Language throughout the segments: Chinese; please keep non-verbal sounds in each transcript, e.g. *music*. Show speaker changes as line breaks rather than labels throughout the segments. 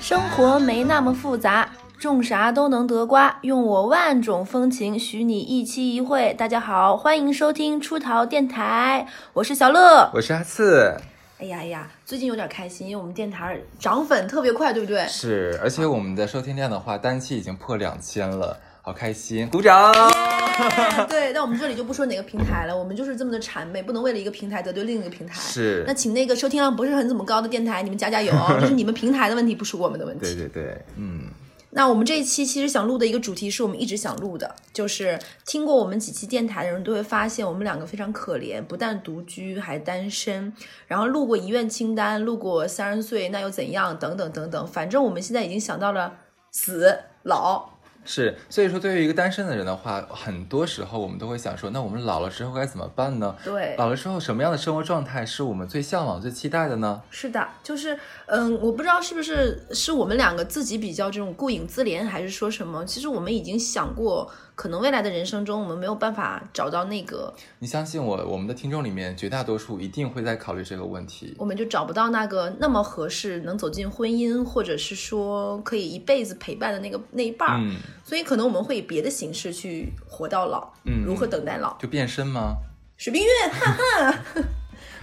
生活 *laughs* 没那么复杂，种啥都能得瓜。用我万种风情，许你一期一会。大家好，欢迎收听出逃电台，我是小乐。
我是阿次，
哎呀哎呀，最近有点开心，因为我们电台涨粉特别快，对不对？
是，而且我们的收听量的话，单期已经破两千了，好开心，鼓掌！
哎对，但我们这里就不说哪个平台了，我们就是这么的谄媚，不能为了一个平台得罪另一个平台。
是
那，请那个收听量不是很怎么高的电台，你们加加油哦，这是你们平台的问题，不是我们的问题。
对对对，嗯，
那我们这一期其实想录的一个主题是我们一直想录的，就是听过我们几期电台的人都会发现，我们两个非常可怜，不但独居还单身，然后录过遗愿清单，录过三十岁那又怎样，等等等等，反正我们现在已经想到了死老。
是，所以说对于一个单身的人的话，很多时候我们都会想说，那我们老了之后该怎么办呢？
对，
老了之后什么样的生活状态是我们最向往、最期待的呢？
是的，就是嗯，我不知道是不是是我们两个自己比较这种顾影自怜，还是说什么？其实我们已经想过，可能未来的人生中，我们没有办法找到那个
你相信我，我们的听众里面绝大多数一定会在考虑这个问题。
我们就找不到那个那么合适能走进婚姻，或者是说可以一辈子陪伴的那个那一半儿，
嗯，
所以可能我们会以别的形式去活到老，
嗯
如何等待老？
就变身吗？
水冰月，哈哈。 *laughs*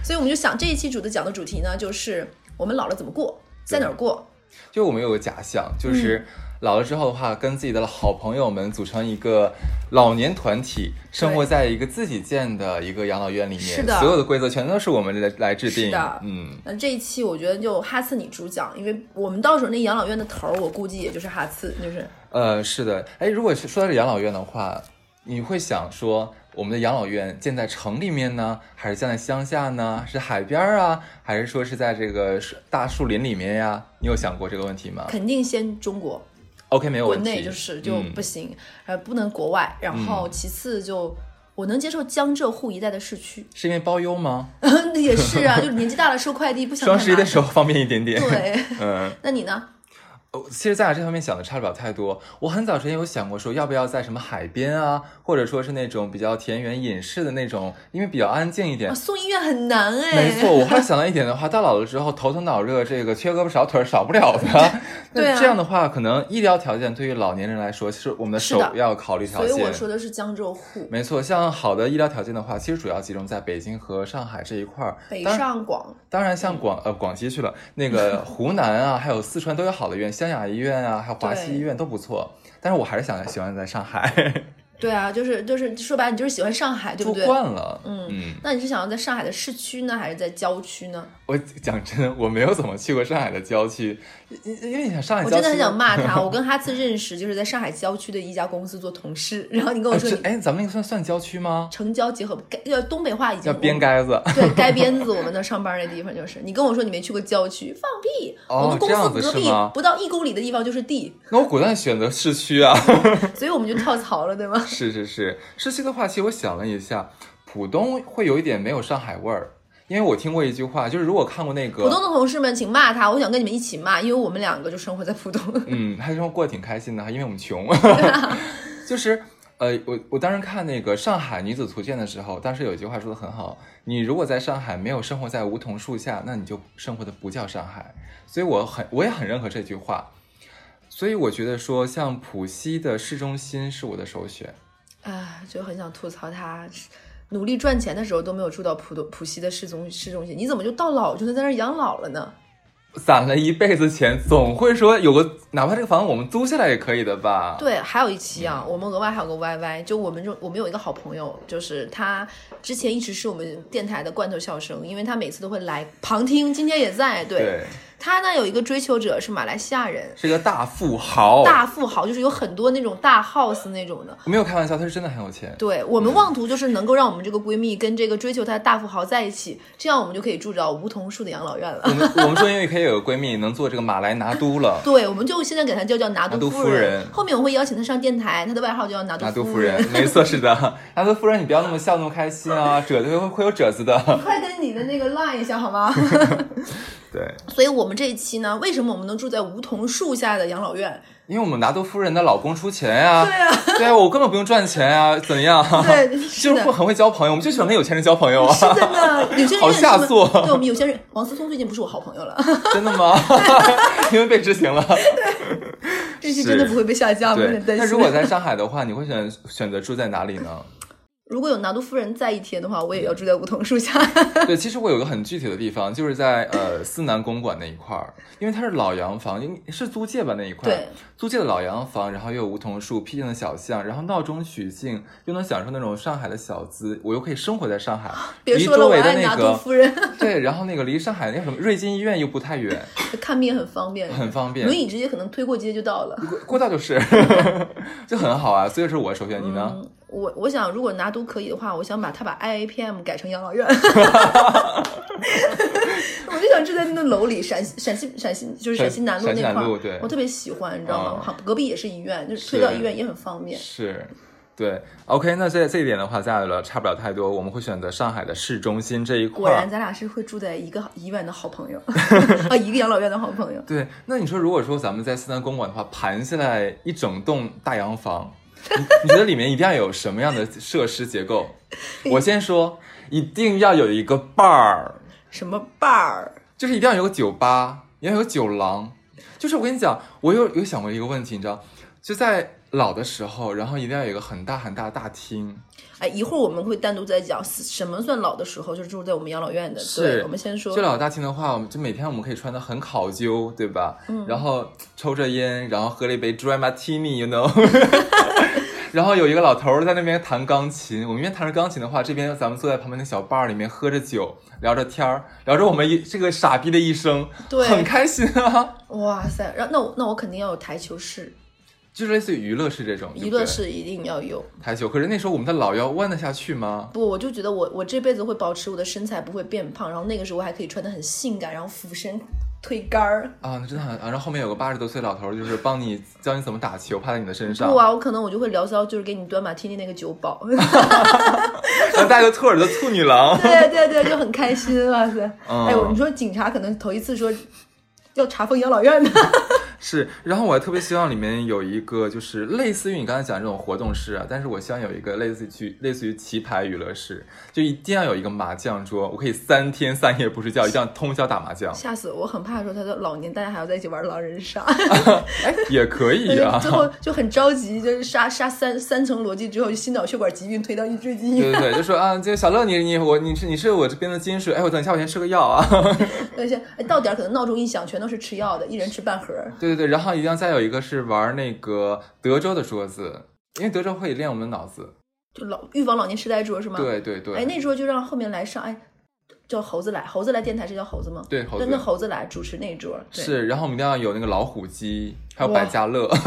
所以我们就想这一期主的讲的主题呢，就是我们老了怎么过，在哪儿过？
就我们有个假想，
嗯
就是老了之后的话，跟自己的好朋友们组成一个老年团体，生活在一个自己建的一个养老院里面，
是的
所有的规则全都是我们来来制定。
是的
嗯，
那这一期我觉得就哈次你主讲，因为我们到时候那养老院的头儿，我估计也就是哈次，就是
呃，是的。哎，如果是说到这养老院的话，你会想说，我们的养老院建在城里面呢，还是建在乡下呢？是海边儿啊，还是说是在这个树大树林里面呀？你有想过这个问
*laughs*
题吗
肯定先中国，
？OK，没有
国
问题。
内就是就
嗯
不行，呃，不能国外。然后其次就我能接受江浙沪一带的市区， *laughs*
是因为包邮吗？
也是啊，就是年纪大了收快递不想
双十一的
候，
时候方便一点点。
对，
*laughs*
*laughs*
嗯。
那你呢？
哦，其实咱俩这方面想的差不了太多。我很早之前有想过说，要不要在什么海边啊，或者说是那种比较田园隐士的那种，因为比较安静一点
啊，。送医院很难哎，
没错，，我后来想到一点的话，到老了之后头疼脑热，这个缺胳膊少腿儿少不
*laughs*
了的。
对啊
那这样的话，可能医疗条件对于老年人来说是我们的
是的
首要考虑条
所以我
件。
说的是江浙沪、
没错，像好的医疗条件的话，其实主要集中在北京和上海这一块儿。
北
当然
上广，
当然，像广呃广西去了，
*laughs*
那个湖南啊，还有四川都有好的医院，湘雅医院啊，还有华西医院都不错。但是我还是想喜欢在上海，
对啊，就是就是说白了，你就是喜欢上海，对不
住
对？
惯了。
嗯
嗯，
那你是想要在上海的市区呢，还是在郊区呢？
我讲真，我没有怎么去过上海的郊区，因因因为你想上海
我
郊区，啊
真的很想骂
*laughs*
他。我跟哈次认识，就是在上海郊区的一家公司做同事，然后你跟我
哎
说
这
你
哎，咱们那个算算郊区吗？
城郊结合，该要东北话已经
叫边该子。
对该边子，我们那上班那地方就是。你跟我说你没去过郊区，放屁！
哦
我们公
这样
司
子
隔
是
壁
吗
不到一公里的地方就是地，
那我果断选择市区啊！ *laughs*
所以我们就跳槽了，对吗？
是啊是是，市区的话，其实我想了一下，浦东会有一点没有上海味儿，因为我听过一句话，就是如果看过那个
浦东的同事们，请骂他，我想跟你们一起骂，因为我们两个就生活在浦东。 *laughs*
嗯，他生活过得挺开心的，还因 *laughs* 为我们穷。就是呃，我我当时看那个《上海女子图鉴》的时候，当时有一句话说的很好：你如果在上海没有生活在梧桐树下，那你就生活的不叫上海。所以我很我也很认可这句话。所以我觉得说，像浦西的市中心是我的首选。
啊，就很想吐槽他，努力赚钱的时候都没有住到浦东浦西的市中市中心，你怎么就到老就能在那儿养老了呢？
攒了一辈子钱，总会说有个，哪怕这个房子我们租下来也可以的吧？
对，还有一期啊，
嗯
我们额外还有个 YY，就我们这我们有一个好朋友，就是他之前一直是我们电台的罐头笑声，因为他每次都会来旁听，今天也在。对
对，
他呢有一个追求者是马来西亚人，
是一个大富豪，
大富豪，就是有很多那种大 house 那种的。
我没有开玩笑，他是真的很有钱。
对我们妄图就是能够让我们这个闺蜜跟这个追求她的大富豪在一起，这样我们就可以住着梧桐树的养老院了。
我们我们说，因为可以有个闺蜜能做这个马来拿督
*laughs*
了，
对，我们就现在给她叫叫拿
拿
督
督
夫
夫
人。
人
后面我会邀请她上电台，她的外号就叫拿
拿
督
督
夫
夫
*laughs*
人，没错，是的，拿督夫人，你不要那么笑那么开心啊，褶子会会有褶子的。
快跟你的那个 line 一下好吗？
对，
所以我们们这一期呢，为什么我们能住在梧桐树下的养老院？
因为我们拿督夫人的老公出钱呀、
对啊，
对啊，我根本不用赚钱啊，怎样？
对，啊 *laughs*
*laughs* 就是是
的
不。很会交朋友，我们就喜欢跟有钱人交朋友啊，
是的呢，有些人
好
认识我
下
们
作
对我们有些人，王思聪最近不是我好朋友 *laughs* 了，
*laughs* 真的吗？因为被执行了。
这期真的
是
不会被下架，我有
对
点，担
那
心。
如果在上海的话，你会选选择住在哪里呢？
如果有拿督夫人在一天的话，我也要住在梧桐树 *laughs* 下。
对，其实我有个很具体的地方，就是在呃思南公馆那一块儿，因为它是老洋房，应是租界吧那一块儿
对，
租界的老洋房，然后又有梧桐树、僻静的小巷，然后闹中取静，又能享受那种上海的小资，我又可以生活在上海，
啊别
离
说了，
周
我
围的
爱
那
拿督
个
夫人， *laughs*
对，然后那个离上海那个什么瑞金医院又不太远，
看病很方便，
很方便，
轮椅直接可能推过街就到了。
过过道就是
*laughs*
就很好啊，所以是我首选，你呢？
嗯，我我想，如果拿督可以的话，我想把他把 IAPM 改成养老院。 *laughs* 我就想住在那楼里，陕西陕西陕西就是陕西南路
陕西
那块
南路
儿，
对
我特别喜欢，你知道吗
嗯？
好、隔壁也是医院，就是是推到医院也很方便。
是。对，OK，那在这一点的话，咱俩聊差不了太多。我们会选择上海的市中心这一块儿。
果然，咱俩是会住在一个医院的好朋友， *laughs* 啊，一个养老院的好朋友。
对，那你说如果说咱们在四川公馆的话，盘下来一整栋大洋房，你你觉得里面一定要有什么样的设施结构？我先说，一定要有一个 bar，
什么伴儿？
就是一定要有个酒吧，也要有酒廊。就是我跟你讲，我有有想过一个问题，你知道，就在老的时候，然后一定要有一个很大很大的大厅，
哎，一会儿我们会单独再讲什么算老的时候，就是住在我们养老院的。
是
对，我们先说
最老大厅的话，我们就每天我们可以穿的很考究，对吧？嗯。然后抽着烟，然后喝了一杯 dry martini，you
*laughs*
know 。然后有一个老头儿在那边弹钢琴，我们一边弹着钢琴的话，这边咱们坐在旁边的小 bar 里面喝着酒，聊着天儿，聊着我们一这个傻逼的一生，
对
很开心啊，
哇塞，然后那我那我肯定要有台球室，
就是类似于娱乐室这种，对
娱
不
乐
对
室一定要有。
台球。可是那时候我们的老腰弯得下去吗？
不，我就觉得我我这辈子会保持我的身材不会变胖，然后那个时候还可以穿的很性感，然后俯身推杆儿。
啊，那真的很啊。然后后面有个八十多岁老头儿，就是帮你教你怎么打球，趴在你的身上。
不啊，我可能我就会聊骚，就是给你端马天尼那个酒保。 *laughs*
然后带个兔耳朵兔女郎。
对对对，就很开心，哇塞！*laughs*
嗯
哎，我你说警察可能头一次说要查封养老院的，，
是，然后我还特别希望里面有一个就是类似于你刚才讲的这种活动室啊，但是我希望有一个类似于类似于棋牌娱乐室，就一定要有一个麻将桌，我可以三天三夜不睡觉，一定要通宵打麻
*laughs*
将
吓死我！我很怕说他的老年大家还要在一起玩狼人杀，
哎也可以啊。
*laughs* 最后就很着急，就是杀杀三三层逻辑之后，就心脑血管疾病推到一椎
*laughs*
疾 *laughs*
对
病，
对对，就说啊，这个小乐你你我你是你是我这边的金水，哎，我等一下我先吃个药啊。 *laughs*
而且哎到点儿可能闹钟一响，全都是吃药的，一人吃半盒儿。
对对对，然后一定要再有一个是玩那个德州的桌子，因为德州会练我们的脑子。
就老预防老年痴呆桌是吗？。
对对对，
哎，那桌就让后面来上，哎，叫猴子来，猴子来电台是叫猴子吗？
对猴子
那猴子来主持那一桌，对，
是，然后我们一定要有那个老虎机，还有
哇
百家乐。 *laughs*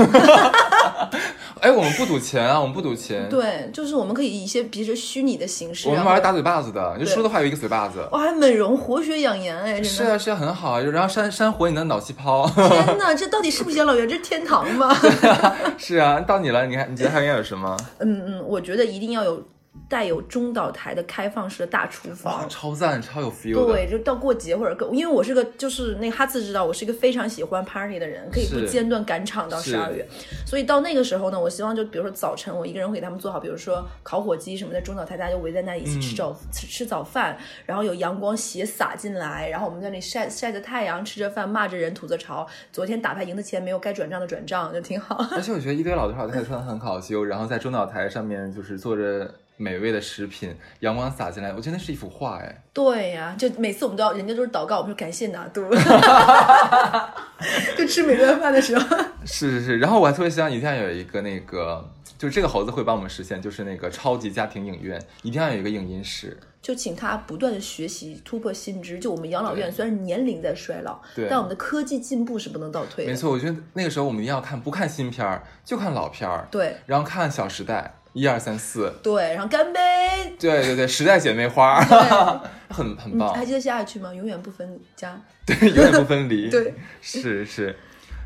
哎，我们不赌钱啊，我们不赌啊钱，
对，就是我们可以以一些比如虚拟的形式，
我们
然后
玩打嘴巴子的，就输的话有一个嘴巴子。
哇，还美容活血养颜哎，真
是
的。
啊，是啊，很好啊，然后煽煽火你的脑细胞。 *laughs*
天哪，这到底是不是养老院？这是天堂吗？ *laughs*
是啊，到你了，你看，你觉得还应该有什么？
嗯嗯，我觉得一定要有带有中岛台的开放式的大厨
哇，
房。
超赞，超有 feel 的。
对，就到过节或者更，因为我是个就是那个哈次知道我是一个非常喜欢 party 的人，可以不
是
间断赶场到
是
十二月，所以到那个时候呢，我希望就比如说早晨我一个人会给他们做好，比如说烤火鸡什么的，中岛台大家就围在那里一起
嗯
吃早、吃吃早饭，然后有阳光斜洒进来，然后我们在那里晒晒着太阳，吃着饭，骂着人，吐着槽，昨天打牌赢的钱没有该转账的转账，就挺好。 *laughs*
而且我觉得一堆老头老太太穿的很考究，然后在中岛台上面就是做着美味的食品，阳光洒进来，我觉得那是一幅画哎。
对呀、就每次我们都要，人家都是祷告，我们说感谢拿督， *laughs* 就吃每顿饭的时候。
是是是，然后我还特别希望一定要有一个那个，就是这个猴子会帮我们实现，就是那个超级家庭影院，一定要有一个影音室。
就请他不断的学习，突破新知。就我们养老院
对
虽然年龄在衰老，
对
但我们的科技进步是不能倒退的。
没，错，我觉得那个时候我们一定要看，不看新片儿，就看老片儿，
对
然后看《小时代》一二三四，
对。然后干杯！
对对对，《时代姐妹花
对
儿》 *laughs* 很很
嗯，
棒
还，记得下一句吗？永远不分家。
对，永远不分
*laughs*
离。
对，
是是。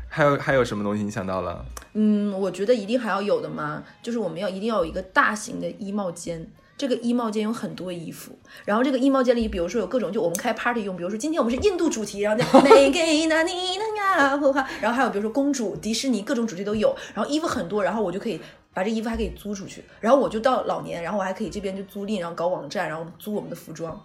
还有还有什么东西你想到了？
嗯，我觉得一定还要有的嘛，就是我们要一定要有一个大型的衣帽间。这个衣帽间有很多衣服，然后这个衣帽间里，比如说有各种，就我们开 party 用，比如说今天我们是印度主题，然后那那给那你那呀，然后还有比如说公主、迪士尼各种主题都有，然后衣服很多，然后我就可以把这衣服还可以租出去，然后我就到老年，然后我还可以这边就租赁，然后搞网站，然后租我们的服装，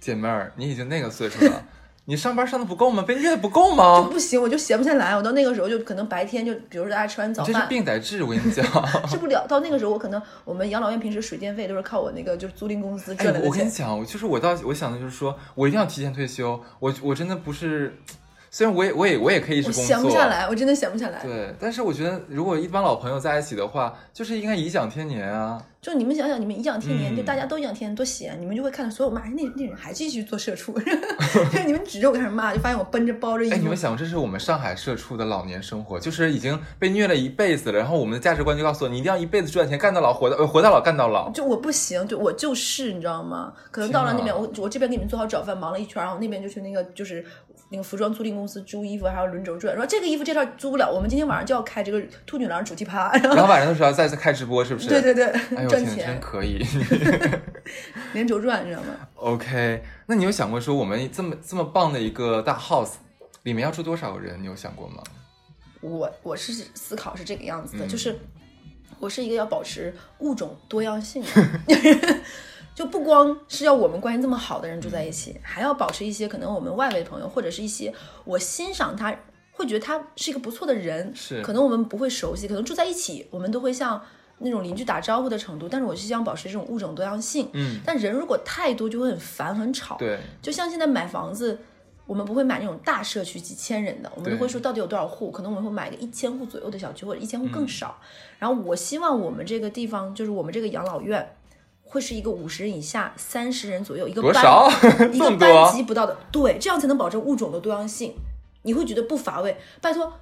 姐妹儿，你已经那个岁数
*laughs*
了，你上班上的不够吗？被虐的不够吗？
不行，我就闲不下来，我到那个时候就可能白天就，比如说大家吃完早
你这是
饭。
病 *laughs* 在治，我跟你讲。
治不了，到那个时候我可能我们养老院平时水电费都是靠我那个就是租赁公司
哎
赚来，的
我跟
钱
你。讲，我就是我到我想的就是说，我一定要提前退休。我我真的不是，虽然我也我也我也可以一直
我
工作，
闲不下来，我真的闲不下来。
对，但是我觉得如果一帮老朋友在一起的话，就是应该颐养天年啊。
就你们想想，你们颐养天年，
嗯
就大家都颐养天年，多闲，你们就会看到所有骂那那人还继续做社畜，就你们指着我开始骂，就发现我奔着包着衣
哎，你
服
们，想，这是我们上海社畜的老年生活，就是已经被虐了一辈子了，然后我们的价值观就告诉我，你一定要一辈子赚钱，干到老，活到呃活到老，干到
*laughs*
老。
就我不行，就我就是你知道吗？可能到了那边，
天
我我这边给你们做好早饭，忙了一圈，然后那边就去那个就是那个服装租赁公司租衣服，还要轮轴转，说这个衣服这套租不了，我们今天晚上就要开这个兔女郎主题趴，然后
然后晚上的时候要再次开直播，是不是？
对对对，
哎呦，我
赚
天，真
钱
可以。 *laughs*
连轴转，你知道吗？
OK，那你有想过说我们这么这么棒的一个大 house 里面要住多少人？你有想过吗？
我我是思考是这个样子的，
嗯
就是我是一个要保持物种多样性
*laughs*
的，就不光是要我们关系这么好的人住在一
嗯
起，还要保持一些可能我们外围的朋友，或者是一些我欣赏他，会觉得他是一个不错的人，
是
可能我们不会熟悉，可能住在一起，我们都会像那种邻居打招呼的程度，但是我是想保持这种物种多样性。
嗯，
但人如果太多就会很烦很吵，
对，
就像现在买房子，我们不会买那种大社区几千人的，我们
对
都会说到底有多少户，可能我们会买个一千户左右的小区或者一千户
嗯
更少。然后我希望我们这个地方，就是我们这个养老院。会是一个五十人以下、三十人左右一个
多
班，
少 *laughs*
一
这
个班
么多？啊
级不到的，对，这样才能保证物种的多样性。你会觉得不乏味。拜托，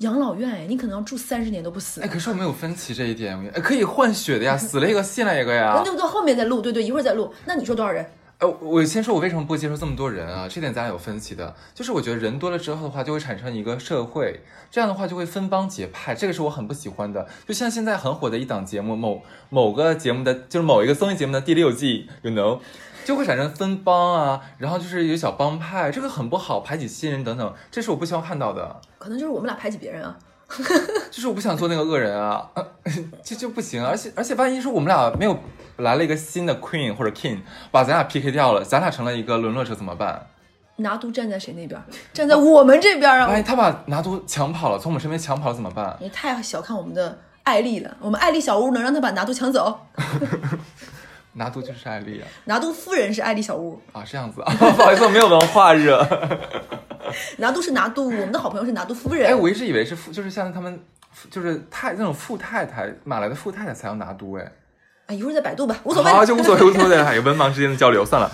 养老院哎，你可能要住三十年都不死
哎，，可是我没有分歧这一点，哎，可以换血的呀，死了一个信了一个呀
那。就到后面再录，对对，一会儿再录。那你说多少人？
哎，我我先说，我为什么不接受这么多人啊？这点咱俩有分歧的，就是我觉得人多了之后的话，就会产生一个社会，这样的话就会分帮结派，这个是我很不喜欢的。就像现在很火的一档节目，某某个节目的，就是某一个综艺节目的第六季，you know，就会产生分帮啊，然后就是有小帮派，这个很不好，排挤新人等等，这是我不希望看到的，
可能就是我们俩排挤别人啊。
就是我不想做那个恶人啊，呃这就不行啊。而且而且，万一说我们俩没有来了一个新的 queen 或者 king，把咱俩 PK 掉了，咱俩成了一个沦落者怎么办？
拿督站在谁那边？站在我们这边啊！
万一他把拿督抢跑了，从我们身边抢跑了怎么办？
你太小看我们的艾丽了。我们艾丽小屋能让他把拿督抢走，
拿督就是艾丽啊，
拿督夫人是艾丽小屋，
啊这样子啊， *laughs* 不好意思，我没有文化热。
拿督是拿督，我们的好朋友是拿督夫人。
*laughs* 哎，我一直以为是富，就是像他们，就是太那种富太太，马来的富太太才要拿督哎，
啊，一会儿再百度吧，无
*laughs*
所谓。
啊好就无所谓，无所谓，哎有文盲之间的交流算了。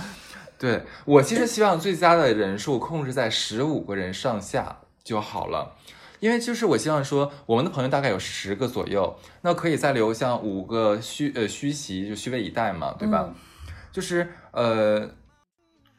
对我其实希望最佳的人数控制在十五个人上下就好了。因为就是我希望说，我们的朋友大概有十个左右，那可以再留像五个虚呃虚席，就虚位以待嘛，对吧？
嗯
就是呃，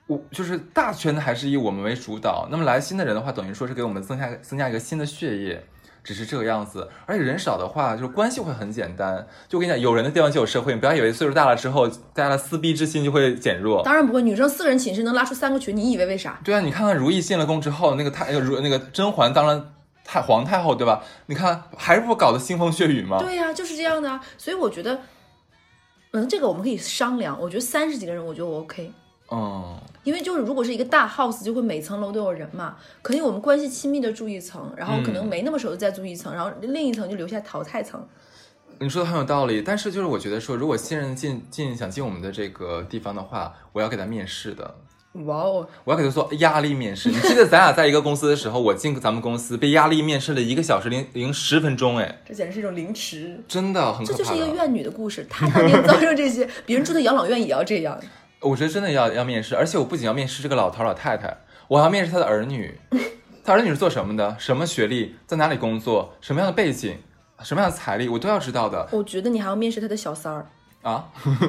我就是大圈的还是以我们为主导。那么来新的人的话，等于说是给我们增加增加一个新的血液，只是这个样子。而且人少的话，就是关系会很简单。就我跟你讲，有人的地方就有社会，你不要以为岁数大了之后，大家的撕逼之心就会减弱。
当然不会，女生四个人寝室能拉出三个群，你以为为啥？
对啊，你看看如懿进了宫之后，那个太呃如那个甄嬛当了太皇太后，对吧？你看还是不搞得腥风血雨吗？
对呀、就是这样的啊。所以我觉得，嗯，这个我们可以商量。我觉得三十几个人，我觉得我 OK。
嗯，
因为就是如果是一个大 house，就会每层楼都有人嘛，可能我们关系亲密的住一层，然后可能
嗯
没那么熟的再住一层，然后另一层就留下淘汰层。
你说的很有道理，但是就是我觉得说，如果新人进进想进我们的这个地方的话，我要给他面试的。
哇哦，
我要给他说压力面试。你记得咱俩在一个公司的时候，我进咱们公司被压力面试了一个小时零零十分钟，哎，
这简直是一种凌迟。
真的很可
这
怕。
就是一个怨女的故事，她当年遭受这些，别人住的养老院也要这样。
我觉得真的要要面试，而且我不仅要面试这个老头儿老太太，我还要面试他的儿女。他儿女是做什么的？什么学历？在哪里工作？什么样的背景？什么样的财力？我都要知道的
我觉得你还要面试她的小三儿，
啊！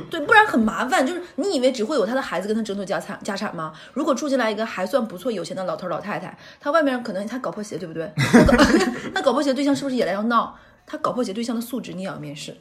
对，不然很麻烦。就是你以为只会有她的孩子跟她争夺家产家产吗？如果住进来一个还算不错有钱的老头老太太，他外面可能他搞破鞋，对不对？他搞 *laughs* 他搞破鞋对象是不是也来要闹？他搞破鞋对象的素质你也要面试，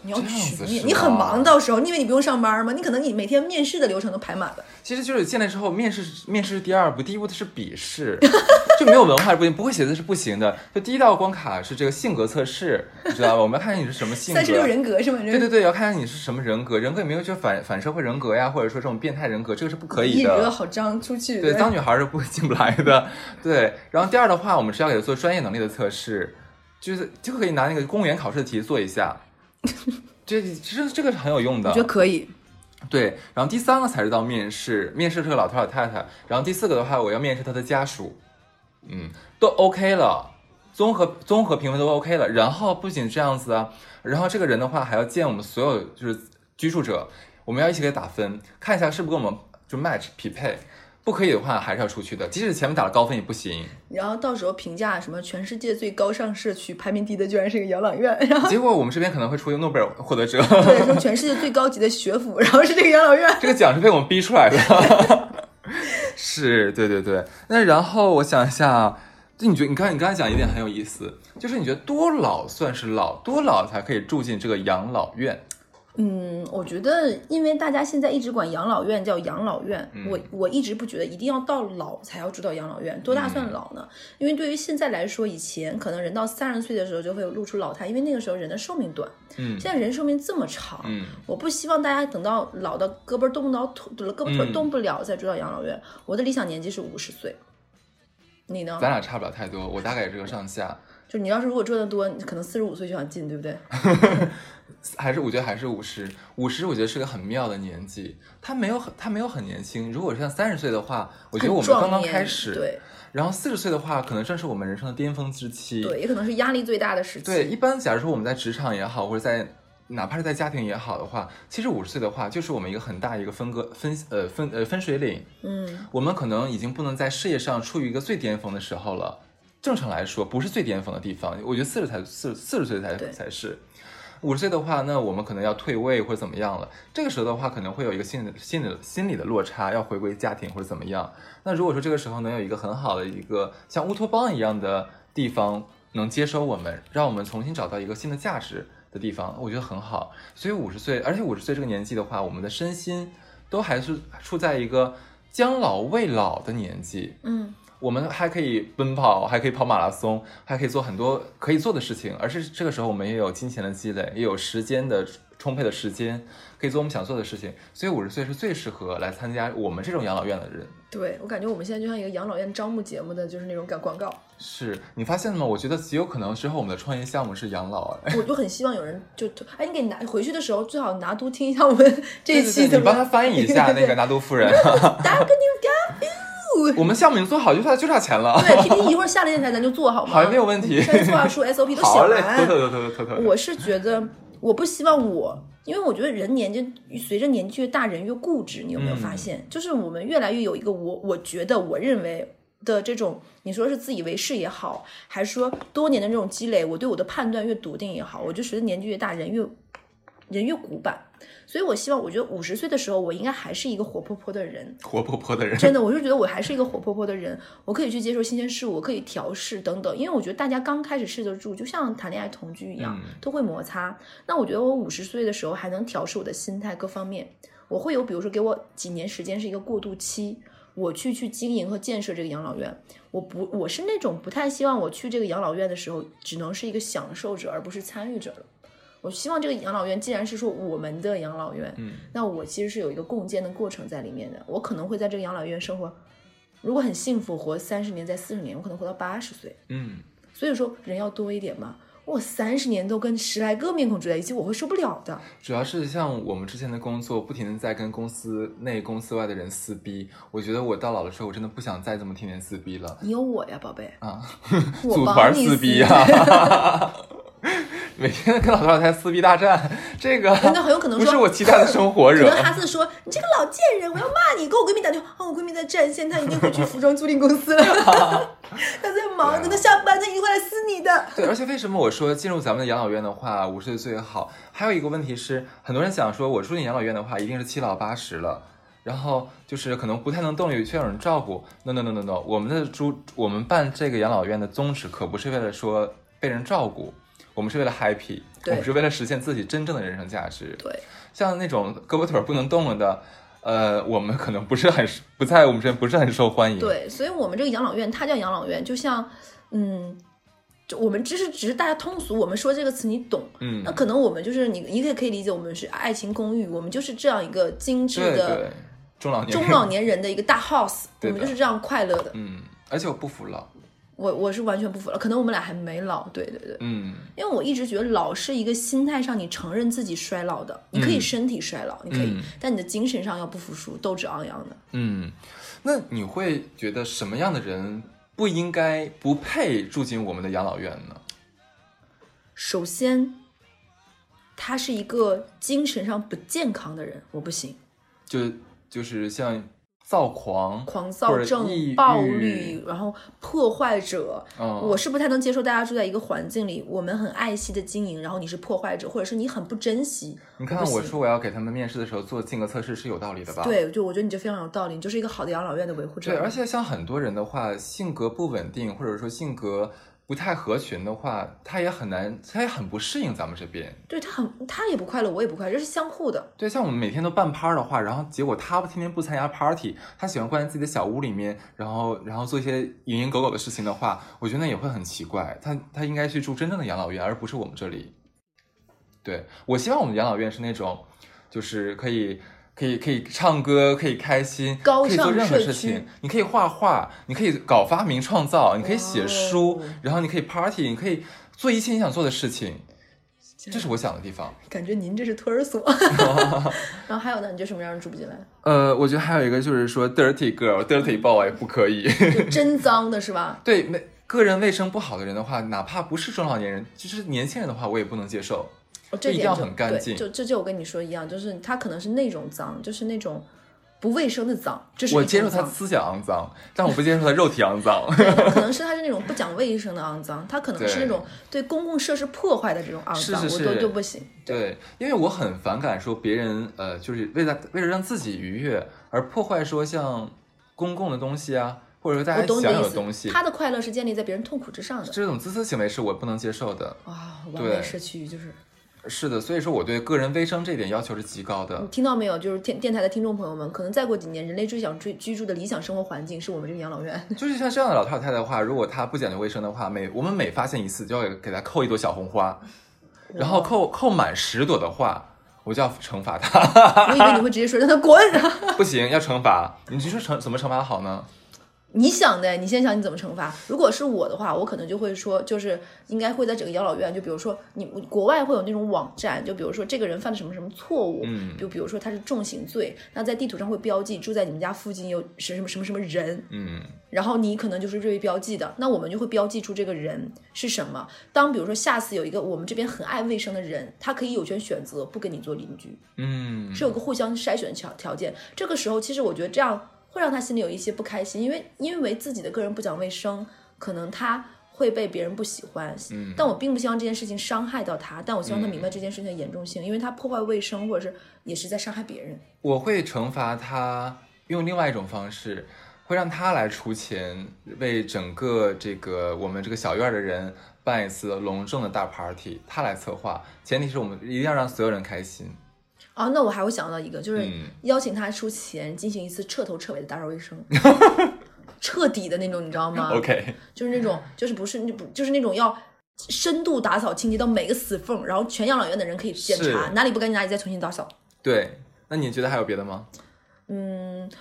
你要
这样子
去面，
是
你很
吧
忙，到时候你以为你不用上班吗？你可能你每天面试的流程都排满了。
其实就是进来之后，面试面试是第二步，第一步的是笔试， *laughs* 就没有文化是不行，不会写字是不行的。就第一道关卡是这个性格测试，你知道吧？我们要看看你是什么性格。
三十六人格是吗？
对对对，要看看你是什么人格，人格有没有就是反反社会人格呀，或者说这种变态人格，这个是不可以
一格
的。
好张出去。哎
对，当女孩是不会进不来的。对，然后第二的话，我们是要给她做专业能力的测试，就是就可以拿那个公务员考试的题做一下。这其实这个是很有用的。
我觉得可以。
对，然后第三个才是到面试，面试这个老头老太太，然后第四个的话，我要面试他的家属，嗯，都 OK 了，综合综合评分都 OK 了，然后不仅这样子啊，然后这个人的话还要见我们所有就是居住者，我们要一起给他打分，看一下是不是跟我们就 match 匹配，不可以的话还是要出去的，即使前面打了高分也不行。
然后到时候评价什么全世界最高尚社区，排名低的居然是个养老院， *laughs* 然
*laughs*
后
结果我们这边可能会出一个诺贝尔获得者， *laughs*
对说全世界最高级的学府， *laughs* 然后是这个养老院。
这个奖是被我们逼出来的。 *laughs* 是，对对对。那然后我想一下，就你觉得你刚才你刚才讲一点很有意思，就是你觉得多老算是老，多老才可以住进这个养老院？
嗯，我觉得因为大家现在一直管养老院叫养老院，我我一直不觉得一定要到老才要住到养老院，多大算老呢？因为对于现在来说，以前可能人到三十岁的时候就会露出老态，因为那个时候人的寿命短，
嗯
现在人寿命这么长，
嗯，
我不希望大家等到老到胳膊动不到腿，胳膊腿
嗯
动不了再住到养老院。我的理想年纪是五十岁，你呢？
咱俩差不了太多，我大概也这个上下，
就你要是如果赚得多，你可能四十五岁就想进，对不对？
还是我觉得还是五十，五十我觉得是个很妙的年纪，他没有很他没有很年轻。如果像三十岁的话， *laughs* 我觉得我们
很壮
刚刚
年
开始，
对
然后四十岁的话，可能正是我们人生的巅峰之期，
对，也可能是压力最大的时期。
对，一般假如说我们在职场也好，或者在哪怕是在家庭也好的话，其实五十岁的话，就是我们一个很大一个分割分呃分呃分水岭。
嗯，
我们可能已经不能在事业上处于一个最巅峰的时候了。正常来说，不是最巅峰的地方，我觉得四十才四四十岁才
对
才是。五十岁的话，那我们可能要退位或者怎么样了。这个时候的话，可能会有一个心理心理心理的落差，要回归家庭或者怎么样。那如果说这个时候能有一个很好的一个像乌托邦一样的地方能接收我们，让我们重新找到一个新的价值的地方，我觉得很好。所以五十岁，而且五十岁这个年纪的话，我们的身心都还是处在一个将老未老的年纪，
嗯，
我们还可以奔跑，还可以跑马拉松，还可以做很多可以做的事情，而是这个时候我们也有金钱的积累，也有时间的充沛的时间，可以做我们想做的事情，所以五十岁是最适合来参加我们这种养老院的人。
对我感觉我们现在就像一个养老院招募节目的，就是那种广广告。
是你发现了吗？我觉得极有可能之后我们的创业项目是养老，哎，
我就很希望有人就哎，你给你拿回去的时候最好拿督听一下我们这一期
*laughs* 对对对
怎么
你帮
样。
他翻译一下
*laughs*
那个拿督夫人。啊
打个牛
*laughs* 我们项目已经做好，就差就差钱了。
干。对，PPT 一
*laughs*
会儿下了电台咱就做好吗？
好没有问题
现在策划
*laughs*
书 SOP *laughs* 都写
好
完
嘞，妥妥妥妥妥 *laughs* 妥。
我是觉得，我不希望我，因为我觉得人年纪随着年纪越大，人越固执。你有没有发现？就是我们越来越有一个我，我觉得我认为的这种，你说是自以为是也好，还是说多年的这种积累，我对我的判断越笃定也好，我就随着年纪越大，人越人越古板。所以我希望，我觉得五十岁的时候，我应该还是一个活泼泼的人。
活泼泼的人，
真的，我是觉得我还是一个活泼泼的人，我可以去接受新鲜事物，我可以调试等等。因为我觉得大家刚开始试得住，就像谈恋爱同居一样，
嗯
都会摩擦。那我觉得我五十岁的时候还能调试我的心态各方面，我会有比如说给我几年时间是一个过渡期，我去去经营和建设这个养老院。我不，我是那种不太希望我去这个养老院的时候，只能是一个享受者，而不是参与者了。我希望这个养老院，既然是说我们的养老院，
嗯，
那我其实是有一个共建的过程在里面的。我可能会在这个养老院生活，如果很幸福，活三十年，在四十年，我可能活到八十岁。
嗯，
所以说人要多一点嘛。我三十年都跟十来个面孔住在一起，我会受不了的。
主要是像我们之前的工作，不停的在跟公司内、公司外的人撕逼。我觉得我到老的时候，我真的不想再这么天天撕逼了
你有我呀，宝贝，
啊！
我
组
帮
团
你
撕逼啊！ *laughs* 每天跟老头老太太撕逼大战，这个
真的很有可能
不
说
是我期待的生活
可
惹
能。哈斯说：“你这个老贱人，我要骂你！”给我闺蜜打电话，哦，我闺蜜在战线，她已经回去服装租赁公司
*laughs*
了， *laughs* 她在忙，等她下班，她一定会来撕你
*laughs*
的。
对，而且为什么我说进入咱们的养老院的话，五十岁最好？还有一个问题是，很多人想说，我住进养老院的话，一定是七老八十了，然后就是可能不太能动也需要有人照顾。No No No No No，我们的住我们办这个养老院的宗旨可不是为了说被人照顾，我们是为了 happy。我
对
们是为了实现自己真正的人生价值。
对，
像那种胳膊腿儿不能动了的，呃，我们可能不是很不在我们身边不是很受欢迎。，
对，所以我们这个养老院，它叫养老院，就像，嗯，就我们只是只是大家通俗，我们说这个词你懂，
嗯
那可能我们就是你，你也可以理解我们是爱情公寓，我们就是这样一个精致
对
的
对，中老年人
中老年人的一个
*laughs*
大 house，我
对
们
的
就是这样快乐的。
嗯，而且我不服老，
我我是完全不服了，可能我们俩还没老，对对对，
嗯
因为我一直觉得老是一个心态上你承认自己衰老的，你可以身体衰老，你可以
嗯，
但你的精神上要不服输，斗志昂扬的。
嗯。那你会觉得什么样的人不应该不配住进我们的养老院呢？
首先，他是一个精神上不健康的人，我不行，
就就是像躁狂，
狂
或
躁
者抑
症、
郁
暴力，然后破坏者，
嗯，
我是不太能接受大家住在一个环境里，我们很爱惜的经营，然后你是破坏者，或者是你很不珍惜。
你看
不
我
行
说我要给他们面试的时候做性格测试是有道理的啊吧？。
对，就我觉得你这非常有道理，你就是一个好的养老院的维护者。
对，而且像很多人的话，性格不稳定或者说性格不太合群的话，他也很难，他也很不适应咱们这边。
对他很，他也不快乐，我也不快乐，这是相互
*laughs*
的。
对，像我们每天都办趴儿的话，然后结果他天天不参加 party，他喜欢关在自己的小屋里面，然后然后做一些蝇营狗苟的事情的话，我觉得那也会很奇怪。他他应该去住真正的养老院，而不是我们这里。对我希望我们的养老院是那种，就是可以可以可以唱歌，可以开心，
高
可以做
尚
任何
社
事
区
情。你可以画画，你可以搞发明创造，你可以
哇哦
写书，然后你可以 party，你可以做一切你想做的事情。这是我想的地方。
感觉您这是托儿所。 *laughs* 然后还有呢，你觉得什么样的人住不进来？
呃，我觉得还有一个就是说，dirty girl、dirty boy 不可以。 *laughs*
就真脏的是吧？
对，没个人卫生不好的人的话，哪怕不是中老年人，就是年轻人的话，我也不能接受。
哦，这
一定
点
要
就
很干
对
净
就这就我跟你说一样，就是他可能是那种脏，就是那种不卫生的脏，这是
我
一种
接受他
脏
思想肮脏，但我不接受他肉体
*laughs*
肮脏。
可能是他是那种不讲卫生的肮脏，他可能是那种对公共设施破坏的这种肮脏，
是是是
我都就不行。
对，因为我很反感说别人呃，就是为了为了让自己愉悦而破坏说像公共的东西啊，或者说大
我
家
懂你
享有
的
的东
意
西
思，，他的快乐是建立在别人痛苦之上的。
这种自私行为是我不能接受的。
啊、完
对
美社区就是
是的，所以说我对个人卫生这点要求是极高的
你。听到没有？就是电电台的听众朋友们，可能再过几年，人类最想追居住的理想生活环境是我们这个养老
*laughs*
院。
就是像这样的老太太的话，如果她不讲究卫生的话，每我们每发现一次就要给她扣一朵小红花，然后扣扣满十朵的话，我就要惩罚她。 *laughs*
我以为你会直接说让他滚。
不行，要惩罚。你就说惩怎么惩罚好呢？
你想的，你先想你怎么惩罚。如果是我的话，我可能就会说，就是应该会在整个养老院，就比如说你国外会有那种网站，就比如说这个人犯了什么什么错误，
嗯
就比如说他是重刑罪，那在地图上会标记住在你们家附近有什么什么什么人，
嗯，
然后你可能就是瑞于标记的，那我们就会标记出这个人是什么。当比如说下次有一个我们这边很爱卫生的人，他可以有权选择不跟你做邻居，
嗯，
是有个互相筛选条条件。这个时候，其实我觉得这样会让他心里有一些不开心，因为因为自己的个人不讲卫生，可能他会被别人不喜欢。嗯，但我并不希望这件事情伤害到他，但我希望他明白这件事情的严重性，因为他破坏卫生或者是也是在伤害别人。
我会惩罚她用另外一种方式，会让她来出钱为整个这个我们这个小院儿的人办一次隆重的大 party，她来策划，前提是我们一定要让所有人开心。
啊，那我还会想到一个，就是
嗯
邀请他出钱进行一次彻头彻尾的打扫卫生，彻底的那种，你知道吗
OK，
就是那种，就是不是不就是那种要深度打扫清洁到每个死缝，然后全养老院的人可以检查
是
哪里不干净哪里再重新打扫。
对，那你觉得还有别的吗？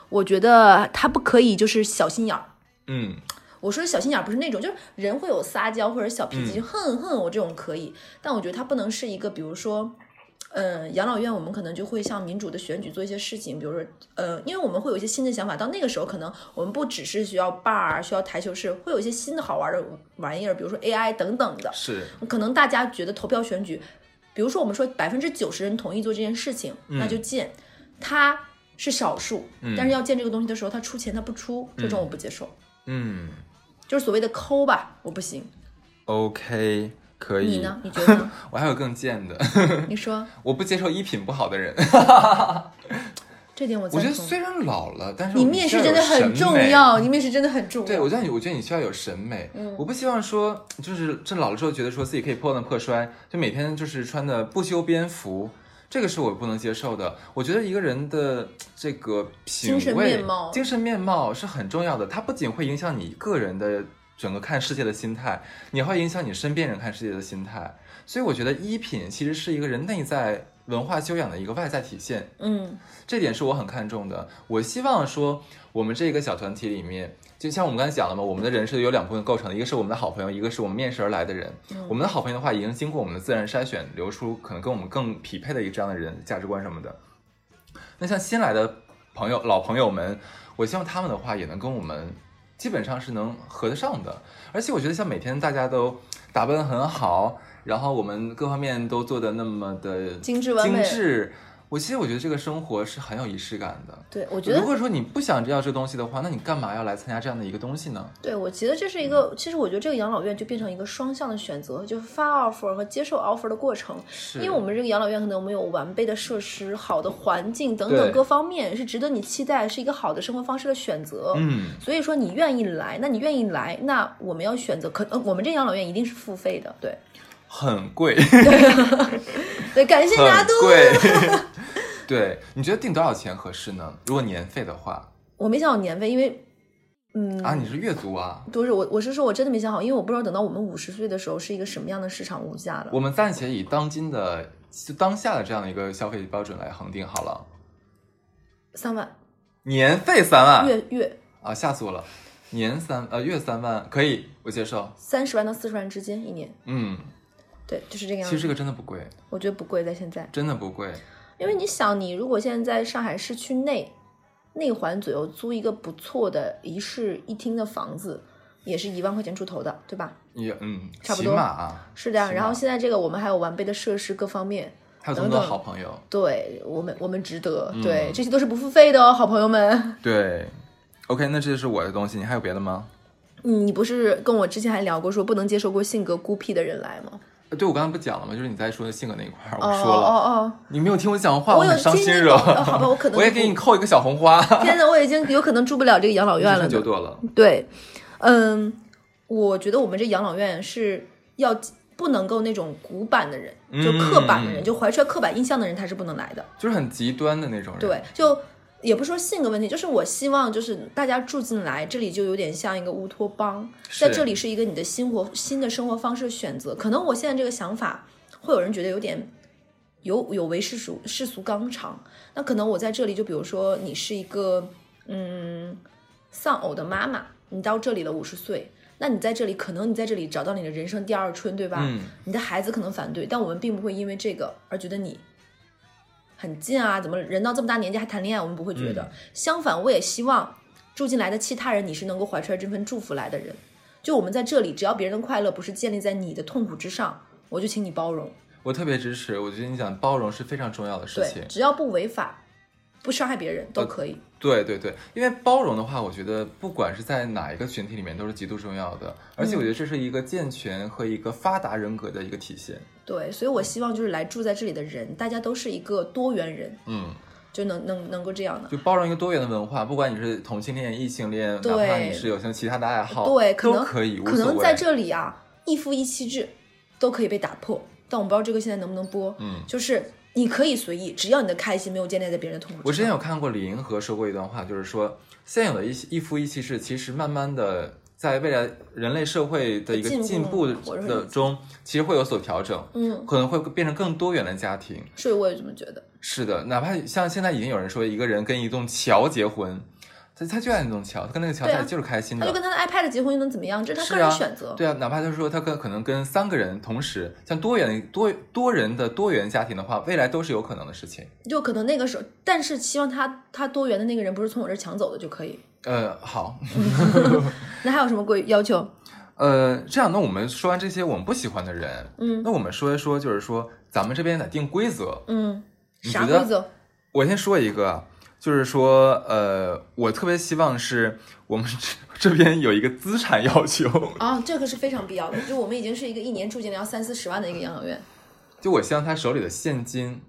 我觉得他不可以就是小心眼儿。
嗯。
我说小心眼儿不是那种，就是人会有撒娇或者小脾气，
嗯
哼哼我这种可以，但我觉得他不能是一个，比如说。呃，养老院我们可能就会像民主的选举做一些事情，比如说，呃，因为我们会有一些新的想法，到那个时候可能我们不只是需要 bar，需要台球室，会有一些新的好玩的玩意儿，比如说 AI 等等的。
是，
可能大家觉得投票选举，比如说我们说百分之九十人同意做这件事情，
嗯
那就建，他是少数，但是要建这个东西的时候，他出钱他不出，这种我不接受，
嗯
就是所谓的抠吧，我不行。
，OK，可以。
你呢？你觉得呢？ *laughs*
我还有更贱的， *laughs*
你说 *laughs*
我不接受衣品不好的人。
这点我
我
赞
觉得
同。
虽然老了，但是
你面试
需要
真
有
的很
审
重
美。
要，你面试真的很重要。
对，我觉得你，我觉得你需要有审美。
嗯
我不希望说，就是这老了之后觉得说自己可以破烂破摔，就每天就是穿的不修边幅，这个是我不能接受的。我觉得一个人的这个品
精
味、
神面貌
精神面貌是很重要的，它不仅会影响你个人的整个看世界的心态，也会影响你身边人看世界的心态。所以我觉得衣品其实是一个人内在文化修养的一个外在体现。
嗯
这点是我很看重的。我希望说，我们这个小团体里面，就像我们刚才讲了嘛，我们的人是由两部分构成的，一个是我们的好朋友，一个是我们面试而来的人。我们的好朋友的话，已经经过我们的自然筛选，流出可能跟我们更匹配的一个这样的人，价值观什么的。那像新来的朋友、老朋友们，我希望他们的话也能跟我们基本上是能合得上的。而且我觉得像每天大家都打扮得很好，然后我们各方面都做的那么的
精致完美
精致。我其实我觉得这个生活是很有仪式感的。
对，我觉得
如果说你不想要这东西的话，那你干嘛要来参加这样的一个东西呢？
对，我觉得这是一个，其实我觉得这个养老院就变成一个双向的选择，就是发 offer 和接受 offer 的过程。
是
因为我们这个养老院可能没有完备的设施、好的环境等
对
等各方面，是值得你期待，是一个好的生活方式的选择。
嗯，
所以说你愿意来，那你愿意来，那我们要选择，可能、呃我们这养老院一定是付费的，对
很贵，
对，感谢拿
很
督。
贵。 *laughs*
*laughs*
对，你觉得定多少钱合适呢？如果年费的话，
我没想好年费，因为嗯，
啊，你是月租啊？
不是我，我是说我真的没想好，因为我不知道等到我们五十岁的时候是一个什么样的市场物价了。
我们暂且以当今的就当下的这样的一个消费标准来恒定好了，
三万
年费三万
月月
啊，吓死我了，年三呃月三万可以，我接受，
三十万到四十万之间一年。
嗯，
对，就是这个样
其
子。
实这个真的不贵，
我觉得不贵，在现在，
真的不贵，
因为你想，你如果现在在上海市区内内环左右租一个不错的一室一厅的房子，也是一万块钱出头的，对吧？
也嗯，
差不
起
多
码啊，
是的呀。
是
然后
吗
现在这个我们还有完备的设施各方面，
还有这么多
等等
好朋友，
对我们我们值得。对，
嗯
这些都是不付费的哦，好朋友们。 *laughs*
对，OK，那这就是我的东西，你还有别的吗？
嗯，你不是跟我之前还聊过说不能接受过性格孤僻的人来吗？
呃对，我刚才不讲了吗？就是你在说的性格那一块儿，
哦
我说了，
哦
你没有听我讲话，
我有
很伤
听
心
你
惹。
懂哦好吧我
*laughs*
可能
也
不
给你扣一个小
*laughs*
红花，
哦，天哪，我已经有可能住不了这个养老院了
九
呢。
朵了。
对，嗯，我觉得我们这养老院是要不能够那种古板的人，就刻板的人，
嗯
就怀揣刻板印象的人，他是不能来的。
就是很极端的那种人。
对，就也不是说性格问题，就是我希望就是大家住进来，这里就有点像一个乌托邦，在
是
这里是一个你的新活新的生活方式的选择。可能我现在这个想法，会有人觉得有点。有有违世俗世俗纲常，那可能我在这里，就比如说你是一个嗯丧偶的妈妈，你到这里了五十岁，那你在这里可能你在这里找到你的人生第二春，对吧？
嗯
你的孩子可能反对，但我们并不会因为这个而觉得你很近啊，怎么人到这么大年纪还谈恋爱，我们不会觉得。
嗯
相反，我也希望住进来的其他人，你是能够怀揣这份祝福来的人。就我们在这里，只要别人的快乐不是建立在你的痛苦之上，我就请你包容。
我特别支持。我觉得你讲包容是呃非常重要的事情
对，。只要不违法，不伤害别人都可以。
对对对，因为包容的话，我觉得不管是在哪一个群体里面都是极度重要的，而
嗯
且我觉得这是一个健全和一个发达人格的一个体现。
对，所以我希望就是来住在这里的人，大家都是一个多元人，
嗯，
就能能能够这样的。
就包容一个多元的文化，不管你是同性恋、异性恋，哪怕
对
你是有些其他的爱好，
对，可
都
能
可以，无
可
所
能在
谓。
这里啊，一夫一妻制都可以被打破，但我不知道这个现在能不能播。
嗯，
就是你可以随意，只要你的开心没有建立在别人的痛苦
我之
之
前
上。
有看过李银河说过一段话，就是说现有的一些一夫一妻制，其实慢慢的在未来人类社会的一个
进步
进步
或者是
的中，其实会有所调整，
嗯，
可能会变成更多元的家庭。
所以我也这么觉得。
是的，哪怕像现在已经有人说一个人跟一栋桥结婚，他他就爱那栋桥，他跟那个桥
对啊
在就是开心
他
的。
就跟他的 iPad 结婚又能怎么样？这是他
是
个人
啊
选择。
对啊，哪怕就是说他跟可能跟三个人同时，像多元多多人的多元家庭的话，未来都是有可能的事情。
就可能那个时候，但是希望他他多元的那个人不是从我这儿抢走的就可以。
呃，好，
那还有什么规要求？
呃，这样，那我们说完这些我们不喜欢的人，
嗯
那我们说一说，就是说咱们这边得定规则。
嗯，
你
啥
觉得
规则？
我先说一个啊，就是说，呃，我特别希望是我们这边有一个资产要求，
啊，这个是非常必要的。就我们已经是一个一年住进来要三四十万的一个养老院，
就我希望他手里的现金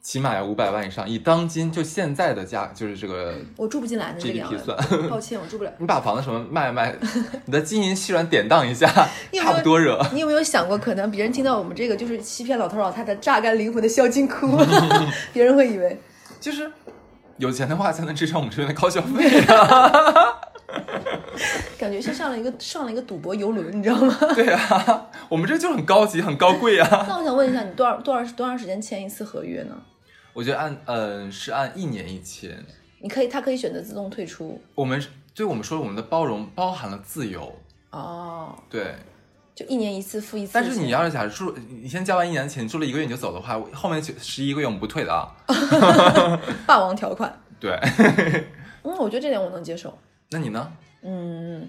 起码要五百万以上，以当今就现在的价，就是这个
我住不进来的这个
GDP
两
算
万，，抱歉，我住不了。
你把房子什么卖卖，你的金银细软典当一下，
*laughs* 你有没有
差不多惹。
你有没有想过，可能别人听到我们这个就是欺骗老头老太太、榨干灵魂的萧金窟， *laughs* 别人会以为
就是有钱的话才能支撑我们这边的高消费啊。 *laughs*
感觉像上了一个上了一个赌博游轮，你知道吗？ *laughs*
对啊，我们这就很高级、很高贵啊。
那我想问一下，你多少多少多长时间签一次合约呢？
我觉得按嗯、呃、是按一年一签，
你可以，他可以选择自动退出
我们对我们说我们的包容包含了自由，
哦，
对。
就一年一次付一次钱。
但是你要是假如住，你先交完一年的钱，住了一个月你就走的话，我后面九十一个月我们不退的啊。
霸王条款，
对， *laughs*
嗯，我觉得这点我能接受。
那你呢？
嗯，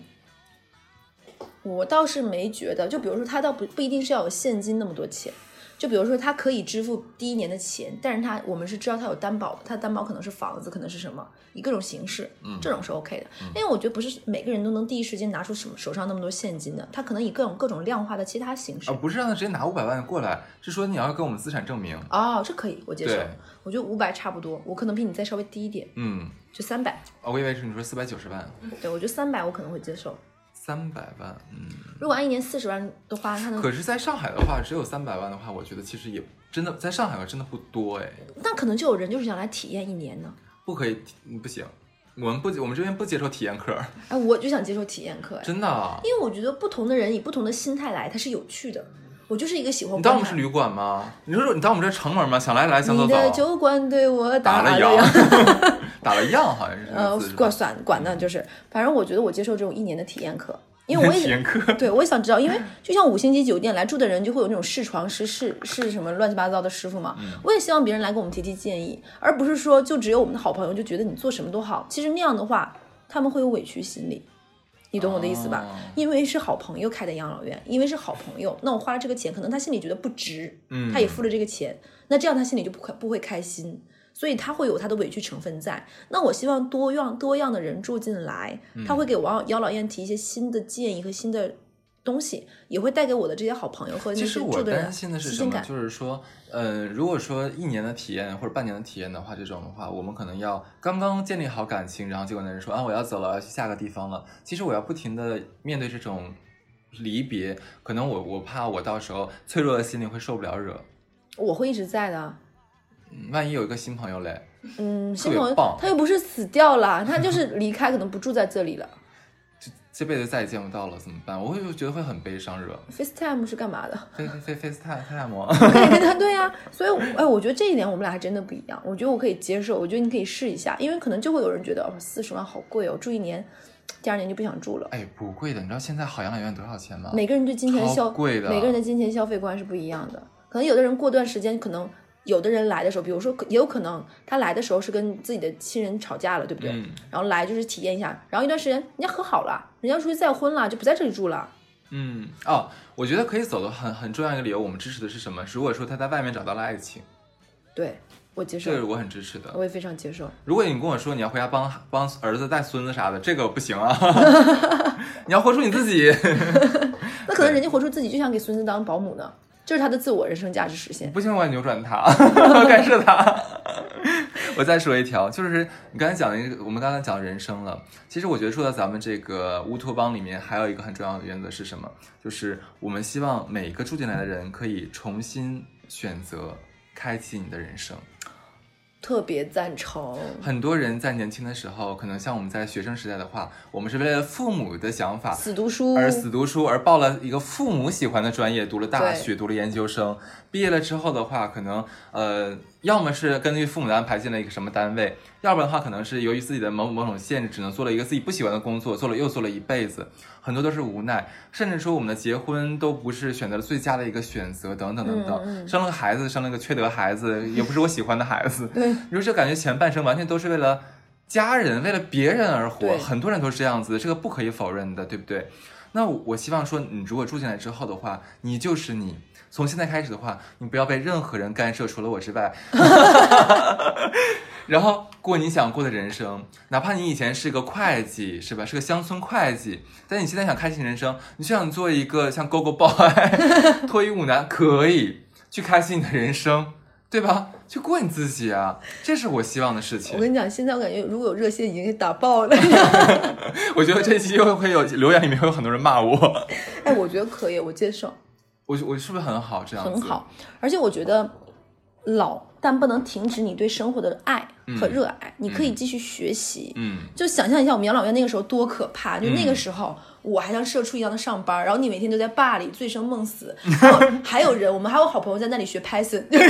我倒是没觉得，就比如说他倒不不一定是要有现金那么多钱，就比如说他可以支付第一年的钱，但是他我们是知道他有担保的，他的担保可能是房子，可能是什么，以各种形式，
嗯
这种是 OK 的，因为我觉得不是每个人都能第一时间拿出什么手上那么多现金的，他可能以各种各种量化的其他形式
啊，。不是让他直接拿五百万过来，是说你要给我们资产证明。
哦，这可以，我接受
对。
我觉得五百差不多，我可能比你再稍微低一点，
嗯，
就三百。
哦我以为是你说四百九十万，
对，我觉得三百我可能会接受。
三百万，嗯。
如果按一年四十万的话，他能
可是，在上海的话，只有三百万的话，我觉得其实也真的在上海真的不多哎，
那可能就有人就是想来体验一年呢。
不可以，嗯不行，我们不，我们这边不接受体验课，
哎，我就想接受体验课，哎，
真的啊。
因为我觉得不同的人以不同的心态来，它是有趣的。我就是一个喜欢
你当我
观
们是
察。
旅馆吗？你说你当我们这是城门吗？想来来，想走
你的
走，
酒馆对我
打
了
了
烊，
*laughs* 烊，打了烊，好像是这
呃
个字是，吧
管算管呢，就是，反正我觉得我接受这种一年的体验课，因为我
体
也
验
*laughs*
课。
对我也想知道，因为就像五星级酒店来住的人就会有那种试床师、试试什么乱七八糟的师傅
嗯
嘛，我也希望别人来给我们提提建议，而不是说就只有我们的好朋友就觉得你做什么都好，其实那样的话他们会有委屈心理，你懂我的意思吧？
哦
因为是好朋友开的养老院，因为是好朋友，那我花了这个钱，可能他心里觉得不值，
嗯
他也付了这个钱，那这样他心里就不快不会开心，所以他会有他的委屈成分在。那我希望多样多样的人住进来，
嗯
他会给我养老院提一些新的建议和新的东西，也会带给我的这些好朋友和那
其
些
实我
住的人
担心的是
新
什
鲜
么？
感。
就是说，呃，如果说一年的体验或者半年的体验的话，这种的话，我们可能要刚刚建立好感情，然后结果那人说啊，我要走了，我要去下个地方了。其实我要不停的面对这种离别，可能我我怕我到时候脆弱的心灵会受不了惹。
我会一直在的啊。
嗯万一有一个新朋友嘞，
嗯，
特
新
别
朋友
棒
他又不是死掉了，他就是离开，可能不住在这里了。
这辈子再也见不到了，怎么办？我会觉得会很悲伤惹。
FaceTime 是干嘛的？ *laughs*
非非非 FaceTime 太魔，
对啊对呀、所以我哎，我觉得这一点我们俩还真的不一样。我觉得我可以接受，我觉得你可以试一下，因为可能就会有人觉得哦，四十万好贵哦，住一年，第二年就不想住了。
哎，不贵的，你知道现在好养老院多少钱吗？
每个人对金钱消
啊超贵的
每个人的金钱消费观是不一样的。可能有的人过段时间，可能有的人来的时候，比如说也有可能他来的时候是跟自己的亲人吵架了，对不对？
嗯
然后来就是体验一下，然后一段时间人家和好了，人家出去再婚了，就不在这里住了。
嗯哦，我觉得可以走的很很重要一个理由，我们支持的是什么？如果说他在外面找到了爱情，
对我接受
这，个我很支持的。
我也非常接受。
如果你跟我说你要回家帮帮儿子带孙子啥的，这个不行啊，你要活出你自己。
那可能人家活出自己就想给孙子当保姆呢，这是他的自我人生价值实现。
不行，我要扭转它，我要干涉它。 *laughs* 我再说一条，就是你刚才讲的一个，我们刚才讲人生了。其实我觉得说到咱们这个乌托邦里面，还有一个很重要的原则是什么？就是我们希望每一个住进来的人可以重新选择，开启你的人生。
特别赞成，
很多人在年轻的时候，可能像我们在学生时代的话，我们是为了父母的想法
死读书，
而死读书，而报了一个父母喜欢的专业，读了大学，读了研究生。毕业了之后的话，可能呃，要么是根据父母的安排进了一个什么单位，要不然的话，可能是由于自己的某某种限制，只能做了一个自己不喜欢的工作，做了又做了一辈子，很多都是无奈，甚至说我们的结婚都不是选择了最佳的一个选择，等等等等。
嗯
生了个孩子，生了个缺德
*laughs*
孩子，也不是我喜欢的孩子。
对
你说这感觉前半生完全都是为了家人、为了别人而活，
对
很多人都是这样子，这个不可以否认的，对不对？那我我希望说，你如果住进来之后的话，你就是你。从现在开始的话，你不要被任何人干涉，除了我之外。然后过你想过的人生，哪怕你以前是个会计，是吧？是个乡村会计，但你现在想开启人生，你就想做 *laughs* 一个像 GoGo Boy、脱衣舞男，可以去开启你的人生。对吧？去过你自己啊，这是我希望的事情
我。跟你讲，现在我感觉如果有热线已经给打爆
*laughs*
了。
我觉得这期又会有留言里面会有很多人骂我，
哎，我觉得可以，我接受，
我我是不是很好这样子？
很。好。而且我觉得老，但不能停止你对生活的爱和热爱，你可以继续学习。
嗯，
就想象一下我们养老院那个时候多可怕！就那个时候，我还像社畜一样的上班，然后你每天都在坝里醉生梦死，然
*laughs*
后还有人，我们还有好朋友在那里学 Python，就是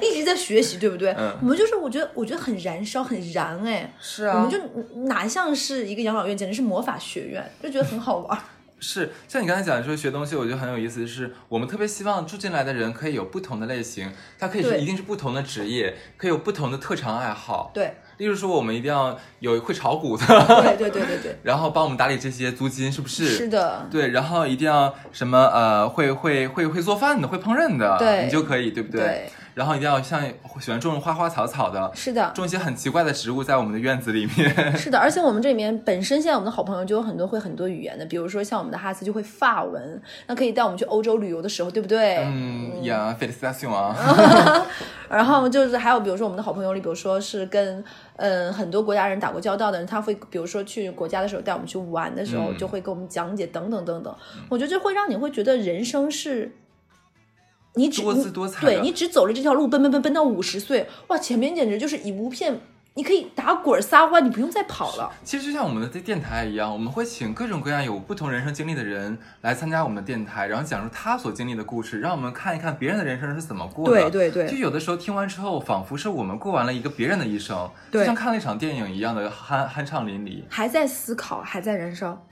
一直在学习，对不对？
嗯
我们就是我觉得我觉得很燃烧，很燃哎。
是
我
啊
们，就哪像是一个养老院，简直是魔法学院，就觉得很好玩。
是像你刚才讲说学东西，我觉得很有意思的是，我们特别希望住进来的人可以有不同的类型，他可以是
对
一定是不同的职业，可以有不同的特长爱好。
对，
例如说，我们一定要有会炒股的，
对对对对对，
然后帮我们打理这些租金，是不是？
是的，
对，然后一定要什么呃，会会会会做饭的，会烹饪的，
对
你就可以，对不对？
对，
然后一定要像喜欢种花花草草的，
是的。
种一些很奇怪的植物在我们的院子里面。
是的，而且我们这里面本身现在我们的好朋友就有很多会很多语言的，比如说像我们的哈斯就会法文，那可以带我们去欧洲旅游的时候，对不对？
嗯，呀，费利斯达逊
*laughs*
啊，
然后就是还有比如说我们的好朋友里，比如说是跟嗯很多国家人打过交道的人，他会比如说去国家的时候带我们去玩的时候，
嗯
就会给我们讲解等等等等。我觉得这会让你会觉得人生是。你只
多姿多彩的
对你只走了这条路，奔奔奔奔到五十岁，哇，前面简直就是一无片，你可以打滚儿撒欢，你不用再跑了。
其实就像我们的电台一样，我们会请各种各样有不同人生经历的人来参加我们的电台，然后讲述他所经历的故事，让我们看一看别人的人生是怎么过
对
的。
对对
就有的时候听完之后，仿佛是我们过完了一个别人的一生，
对
就像看了一场电影一样的酣酣畅淋漓，
还在思考，还在燃烧。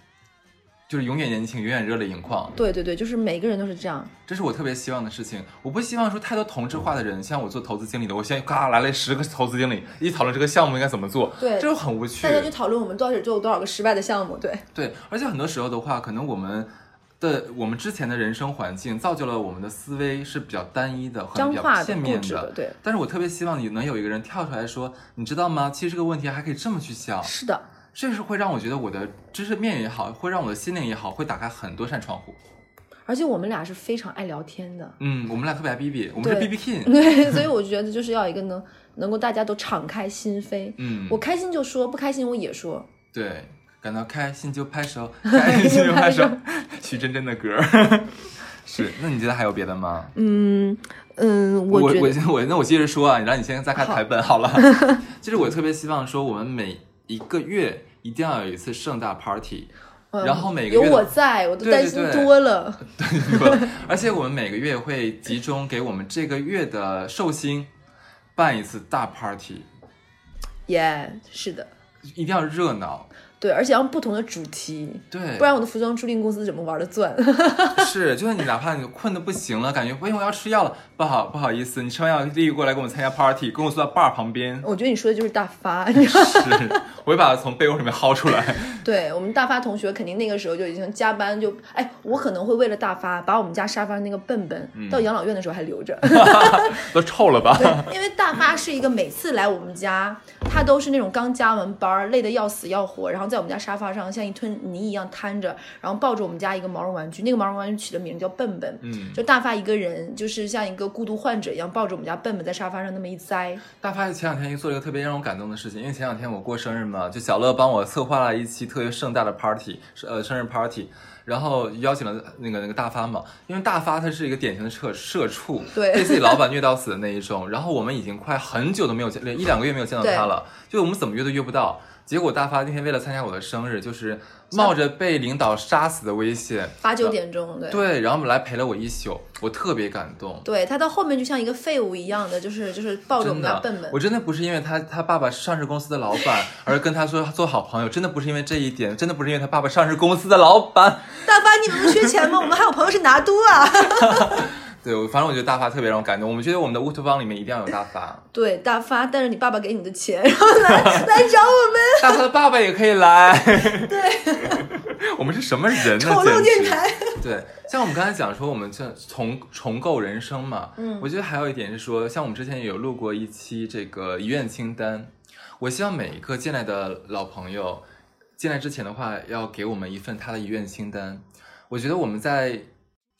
就是永远年轻，永远热泪盈眶。
对对对，就是每个人都是这样。
这是我特别希望的事情。我不希望说太多同质化的人，像我做投资经理的，我现在嘎来了十个投资经理，一起讨论这个项目应该怎么做，
对
这就很无趣
大。家就讨论我们到底做了多少个失败的项目。对，
对，而且很多时候的话，可能我们的我们之前的人生环境造就了我们的思维是比较单一的，很
脏
比较
话的、
片
固
面
执的，对，
但是我特别希望你能有一个人跳出来说，你知道吗？其实这个问题还可以这么去想，
是的，
这是会让我觉得我的知识面也好，会让我的心灵也好，会打开很多扇窗户。
而且我们俩是非常爱聊天
*laughs*
的，
嗯，我们俩特别爱 B B，我们是
对
B B King。
对，所以我觉得就是要一个能能够大家都敞开心扉，
嗯，
我开心就说，不开心我也说。
对，感到开心就拍手，
*laughs*
开心就拍手。 *laughs* 徐真真的歌儿 *laughs* 是，那你觉得还有别的吗？
嗯嗯，
我
觉
我
得
我那我接着说啊，你让你先再看台
*laughs*
本好了。就是我特别希望说，我们每一个月一定要有一次盛
*laughs*
大 party，
嗯
然后每个
有
月
我
的。
在，我都
对
担
对
心
对
多了。
而且我们每个月会集中给我们这个月的寿星办一次大 party，
耶，是的，
一定要热闹。
对，而且要不同的主题，
对，
不然我的服装租赁公司怎么玩的转？ *laughs*。
是，就是你哪怕你困得不行了，感觉哎呦我要吃药了，不好不好意思，你吃完药立刻过来跟我们参加 party，跟我坐在 bar 旁边
我觉得你说的就是大发，你知道吗 *laughs*
是，我会把他从被窝里面薅出来。
对我们大发同学，肯定那个时候就已经加班就，哎，我可能会为了大发，把我们家沙发那个笨笨、
嗯
到养老院的时候还留
*laughs*
着，
都臭了吧？
因为大发是一个每次来我们家，他都是那种刚加完班儿，累得要死要活，然后在我们家沙发上像一滩泥一样瘫着，然后抱着我们家一个毛绒玩具，那个毛绒玩具起的名叫笨笨，
嗯
就大发一个人就是像一个孤独患者一样抱着我们家笨笨在沙发上那么一栽，
大发前两天又做了一个特别让我感动的事情，因为前两天我过生日嘛，就小乐帮我策划了一期特别盛大的 party，是呃生日 party，然后邀请了那个那个大发嘛，因为大发他是一个典型的社社畜，
对
被自己老板虐到死的那一种。然后我们已经快很久都没有见，连一两个月没有见到他了，就我们怎么约都约不到。结果大发那天为了参加我的生日，就是冒着被领导杀死的危险，
八九点钟对。
对，然后我们来陪了我一宿，我特别感动。
对他到后面就像一个废物一样的，就是就是抱着我
真
们家
的
笨笨，
我真的不是因为他他爸爸是上市公司的老板而跟他说做好朋友，真的不是因为这一点，真的不是因为他爸爸上市公司的老板。
大发，你们不缺 *laughs* 钱吗？我们还有朋友是拿督啊。 *laughs*
对，我反正我觉得大发特别让我感动。我们觉得我们的乌托邦里面一定要有大发，
对，大发带着你爸爸给你的钱，然后来 *laughs* 来找我们
大发的爸爸也可
*laughs*
以来。对， *laughs* 我们是什么人呢？
丑陋
简直
电台。
*laughs* 对，像我们刚才讲说，我们这重重构人生嘛，嗯，我觉得还有一点是说，像我们之前也有录过一期这个遗愿清单，我希望每一个进来的老朋友，进来之前的话，要给我们一份他的遗愿清单。我觉得我们在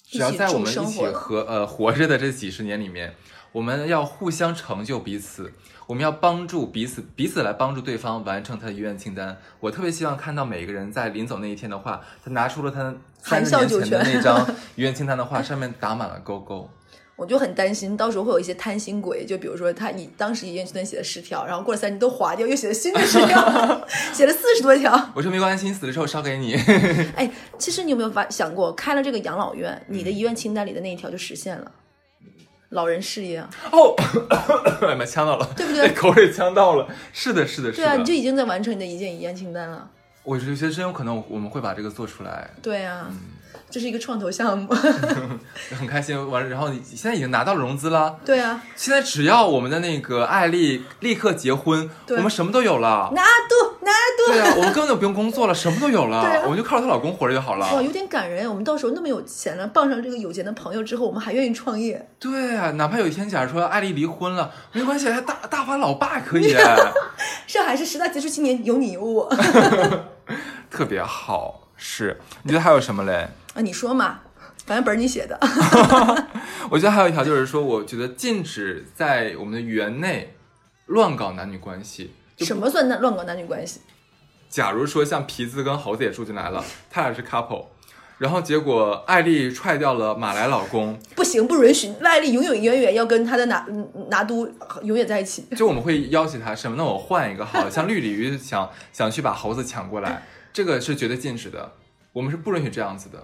只要在我们
一起
一
住生
起
活
和呃活着的这几十年里面，我们要互相成就彼此，我们要帮助彼此，彼此来帮助对方完成他的遗愿清单。我特别希望看到每一个人在临走那一天的话，他拿出了他三
含
十
笑
年
九
前的
泉
那张
*laughs*
遗愿清单的话，上面打满了勾勾。
我就很担心，到时候会有一些贪心鬼，就比如说他以当时遗愿清单写了十条，然后过了三年都划掉，又写了新的十 *laughs* 条，写了四十多条。
我说没关系，你死了之后烧给你。
*laughs* 哎，其实你有没有发想过，开了这个养老院，你的遗愿清单里的那一条就实现了，老人事业啊， *laughs*
哦， *coughs* 哎妈，呛到了，
对不对
哎口水呛到了。是的，是的，是
对
的。
啊，你就已经在完成你的一件遗愿清单了。
我就觉得真有可能我们会把这个做出来，
对啊，这是一个创投项目。 *laughs*
很开心。完了，然后你现在已经拿到了融资啦，
对啊，
现在只要我们的那个艾丽立刻结婚，
对
我们什么都有了。
拿度拿度。
对啊，我们根本就不用工作了，什么都有了，
对啊
我们就靠着她老公活着就好
哇，
了。
有点感人。我们到时候那么有钱了，傍上这个有钱的朋友之后，我们还愿意创业。
对啊，哪怕有一天假如说艾丽离婚了，没关系，她大大发老爸可
*laughs*
以，
上海市十大杰出青年有你有我 *laughs*
特别好。是，你觉得还有什么嘞？
啊！你说嘛，反正本儿你写的。
我觉得还有一条就是说，我觉得禁止在我们的园内乱搞男女关系。就
什么算男乱搞男女关系？
假如说像皮子跟猴子也住进来了，他俩是 couple，然后结果艾丽踹掉了马来老公，
不行，不允许！赖丽永远远远要跟她的拿嗯拿督永远在一起。 *laughs*
*laughs* 就我们会要挟他什么？那我换一个好了，像绿鲤鱼想 *laughs* 想去把猴子抢
*laughs*
过来，这个是绝对禁止的，我们是不允许这样子的，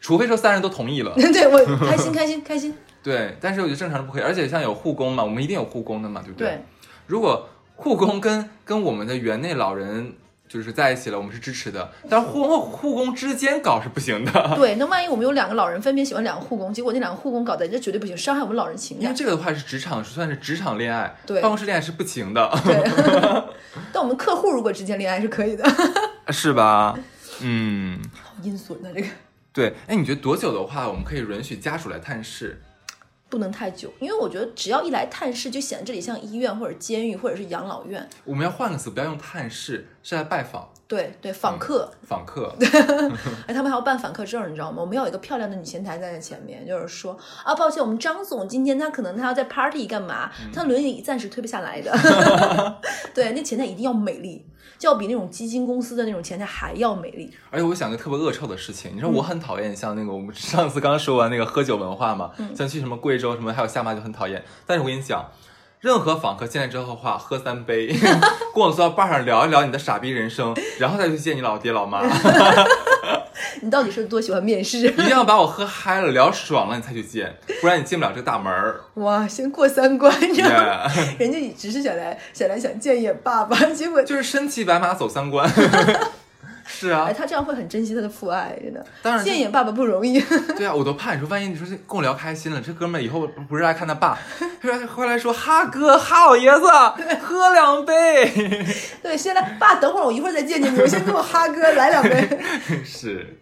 除非说三人都
*laughs*
同意了。
对我开心开心开心。
对，但是我觉得正常人不可以，而且像有护工嘛，我们一定有护工的嘛，对不
对，
如果护工跟 *laughs* 跟我们的园内老人就是在一起了，我们是支持的，但是护工和护工之间搞是不行的，
*laughs* 对，那万一我们有两个老人分别喜欢两个护工，结果那两个护工搞在一起，这绝对不行，伤害我们老人情
因为
感。
这个的话是职场算是职场恋爱，
对
办公室恋爱是不行的，
对，但我们客户如果之间恋爱是可以的，*laughs*
*laughs* 是吧？嗯，
阴损啊的这个
对，哎，你觉得多久的话，我们可以允许家属来探视？
不能太久，因为我觉得只要一来探视，就显得这里像医院或者监狱或者是养老院。
我们要换个词，不要用探视，是来拜访
对对，访客，
访客。
哎，他们还要办访客证，你知道吗？我们要有一个漂亮的女前台站在前面，就是说啊，抱歉，我们张总今天他可能他要在 party 干嘛，他轮椅暂时推不下来的。对，那前台一定要美丽，就要比那种基金公司的那种前台还要美丽。
而且我想个特别恶臭的事情，你说我很讨厌像那个我们 *laughs* 上次刚说完那个喝酒文化嘛，像去什么贵州什么还有下马就很讨厌。但是我跟你讲，任何访客进来之后的话，喝三杯，跟我坐到坝上聊一聊你的傻逼人生，然后再去见你老爹老妈，一
你到底是多喜欢面
*laughs*
试？
定要把我喝嗨了聊爽了你才去见，不然你进不了这个大门儿。
哇，先过三关，你知道吗
Yeah *laughs*
人家只是想来想来想见一眼爸爸，结果就
就是身骑白马走三关。 *laughs* 是啊
哎，，他这样会很珍惜他的父爱，真的。
当然
见一眼爸爸不容易。 *laughs*
*laughs* 对啊，我都怕你说，万一你说这跟我聊开心了，这哥们儿以后不不是来看他爸，他说回来说哈哥哈老爷子喝两杯，
对，先来，爸，等会儿我一会儿再见见你，我先跟我哈哥来两杯。
*laughs* 是，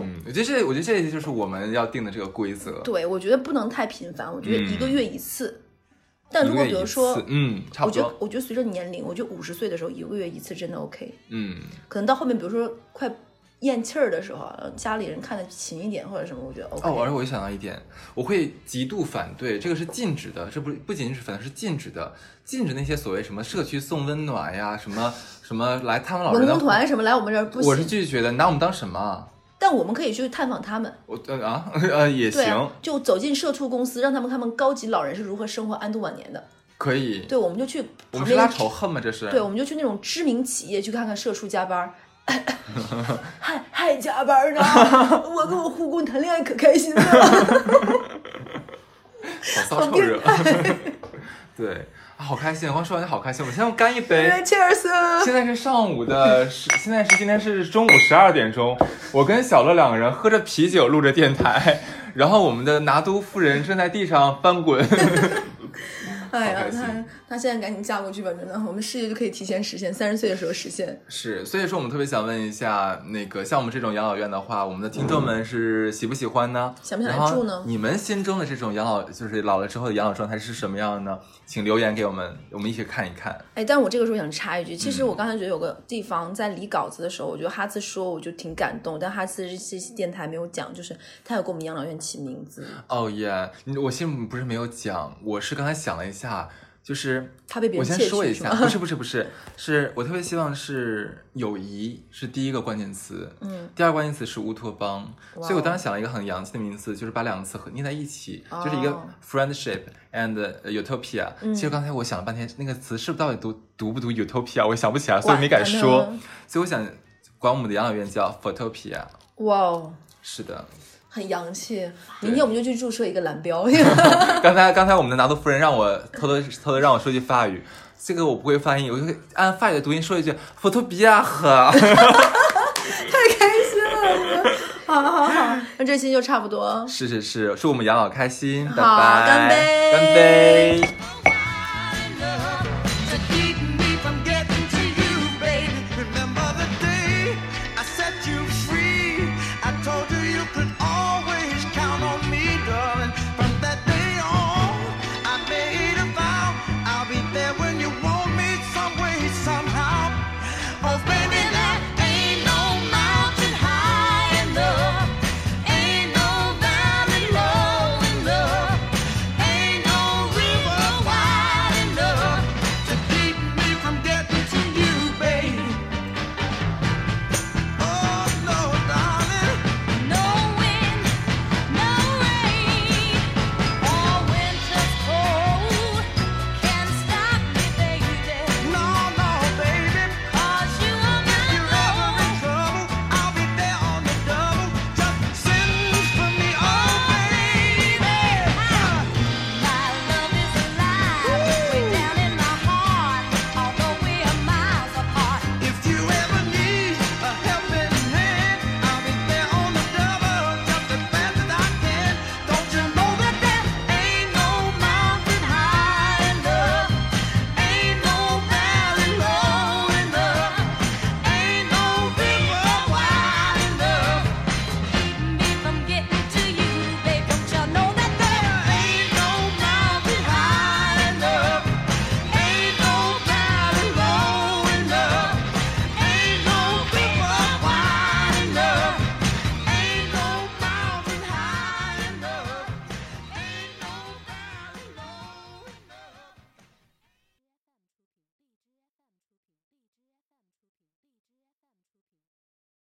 嗯，我觉得这我觉得这就是我们要定的这个规则，
*laughs* 对，我觉得不能太频繁，我觉得一个月一次。但
嗯一
如
个
果
月
比如
一
说
次，嗯，差
我
不
觉得
多，
我觉得随着年龄，我觉得五十岁的时候一个月一次真的 OK。
嗯，
可能到后面，比如说快咽气儿的时候啊，家里人看得勤一点或者什么，我觉得 OK。
哦，而且我又想到一点，我会极度反对，这个是禁止的，这不不仅仅是反对，是禁止的，禁止那些所谓什么社区送温暖呀，什么什么来探望老
文
人
工
的，
团什么来我们这儿不
我是
行，
拒绝的，你拿我们当什么啊？
但我们可以去探访他们。
我呃啊 *laughs* 呃也
对
行，
啊，就走进社畜公司，让他们看看高级老人是如何生活安度晚年的。
可以。
对，我们就去
我
旁
们是拉
边
仇恨吗？这是
对，我们就去那种知名企业去看看社畜加班儿，还还加班儿呢。我跟我护工谈恋爱可开
*laughs*
心了。
好骚臭
变
热。 *laughs* 对啊，好开心！我刚说完就好开心，我们先干一杯。
Cheers！
现在是上午的十，现在是今天是中午十二点钟，我跟小乐两个人喝着啤酒录
*laughs*
着 *laughs* 电台，然后我们的拿督夫人正在地上翻滚。
哎
好
呀，
开心
她她现在赶紧嫁过去吧，真的，我们事业就可以提前实现，三十岁的时候实现。
是，所以说我们特别想问一下，那个像我们这种养老院的话，我们的听众们是喜不喜欢呢？
想不想来
然后
住呢
你们心中的这种养老，就是老了之后的养老状态是什么样呢？请留言给我们，我们一起看一看。
哎，但我这个时候想插一句，其
嗯
实我刚才觉得有个地方在理稿子的时候，我觉得哈斯说我就挺感动，但哈斯这期电台没有讲，就是他有给我们养老院起名字，
哦耶，你我心里不是没有讲，我是刚才想了一下，就是
他被别
我
人
先
窃
说
取
一
是
下，
吗
不是不是不是，是我特别希望是友谊是第一个关键词，
嗯，
第二个关键词是乌托邦，
哇哦
所以我当时想了一个很洋气的名字，就是把两个词合念在一起，就是一个
哦嗯
friendship and utopia。其实刚才我想了半天，那个词是不是到底读读不读 utopia，我想不起来，所以没敢
管它
说
呢。
所以我想管我们的养老院叫 photopia。
哇哦，
是的，
很洋气。
对
明天我们就去注册一个蓝标。
*laughs* 刚才刚才我们的拿督夫人让我偷偷偷偷让我说句法语，这个我不会发音，我就会按法语的读音说一句 photopia *laughs* 呵。
好好好，那这期就差不多。
是是是，祝我们养老开心，拜
好
拜，
干杯
干杯。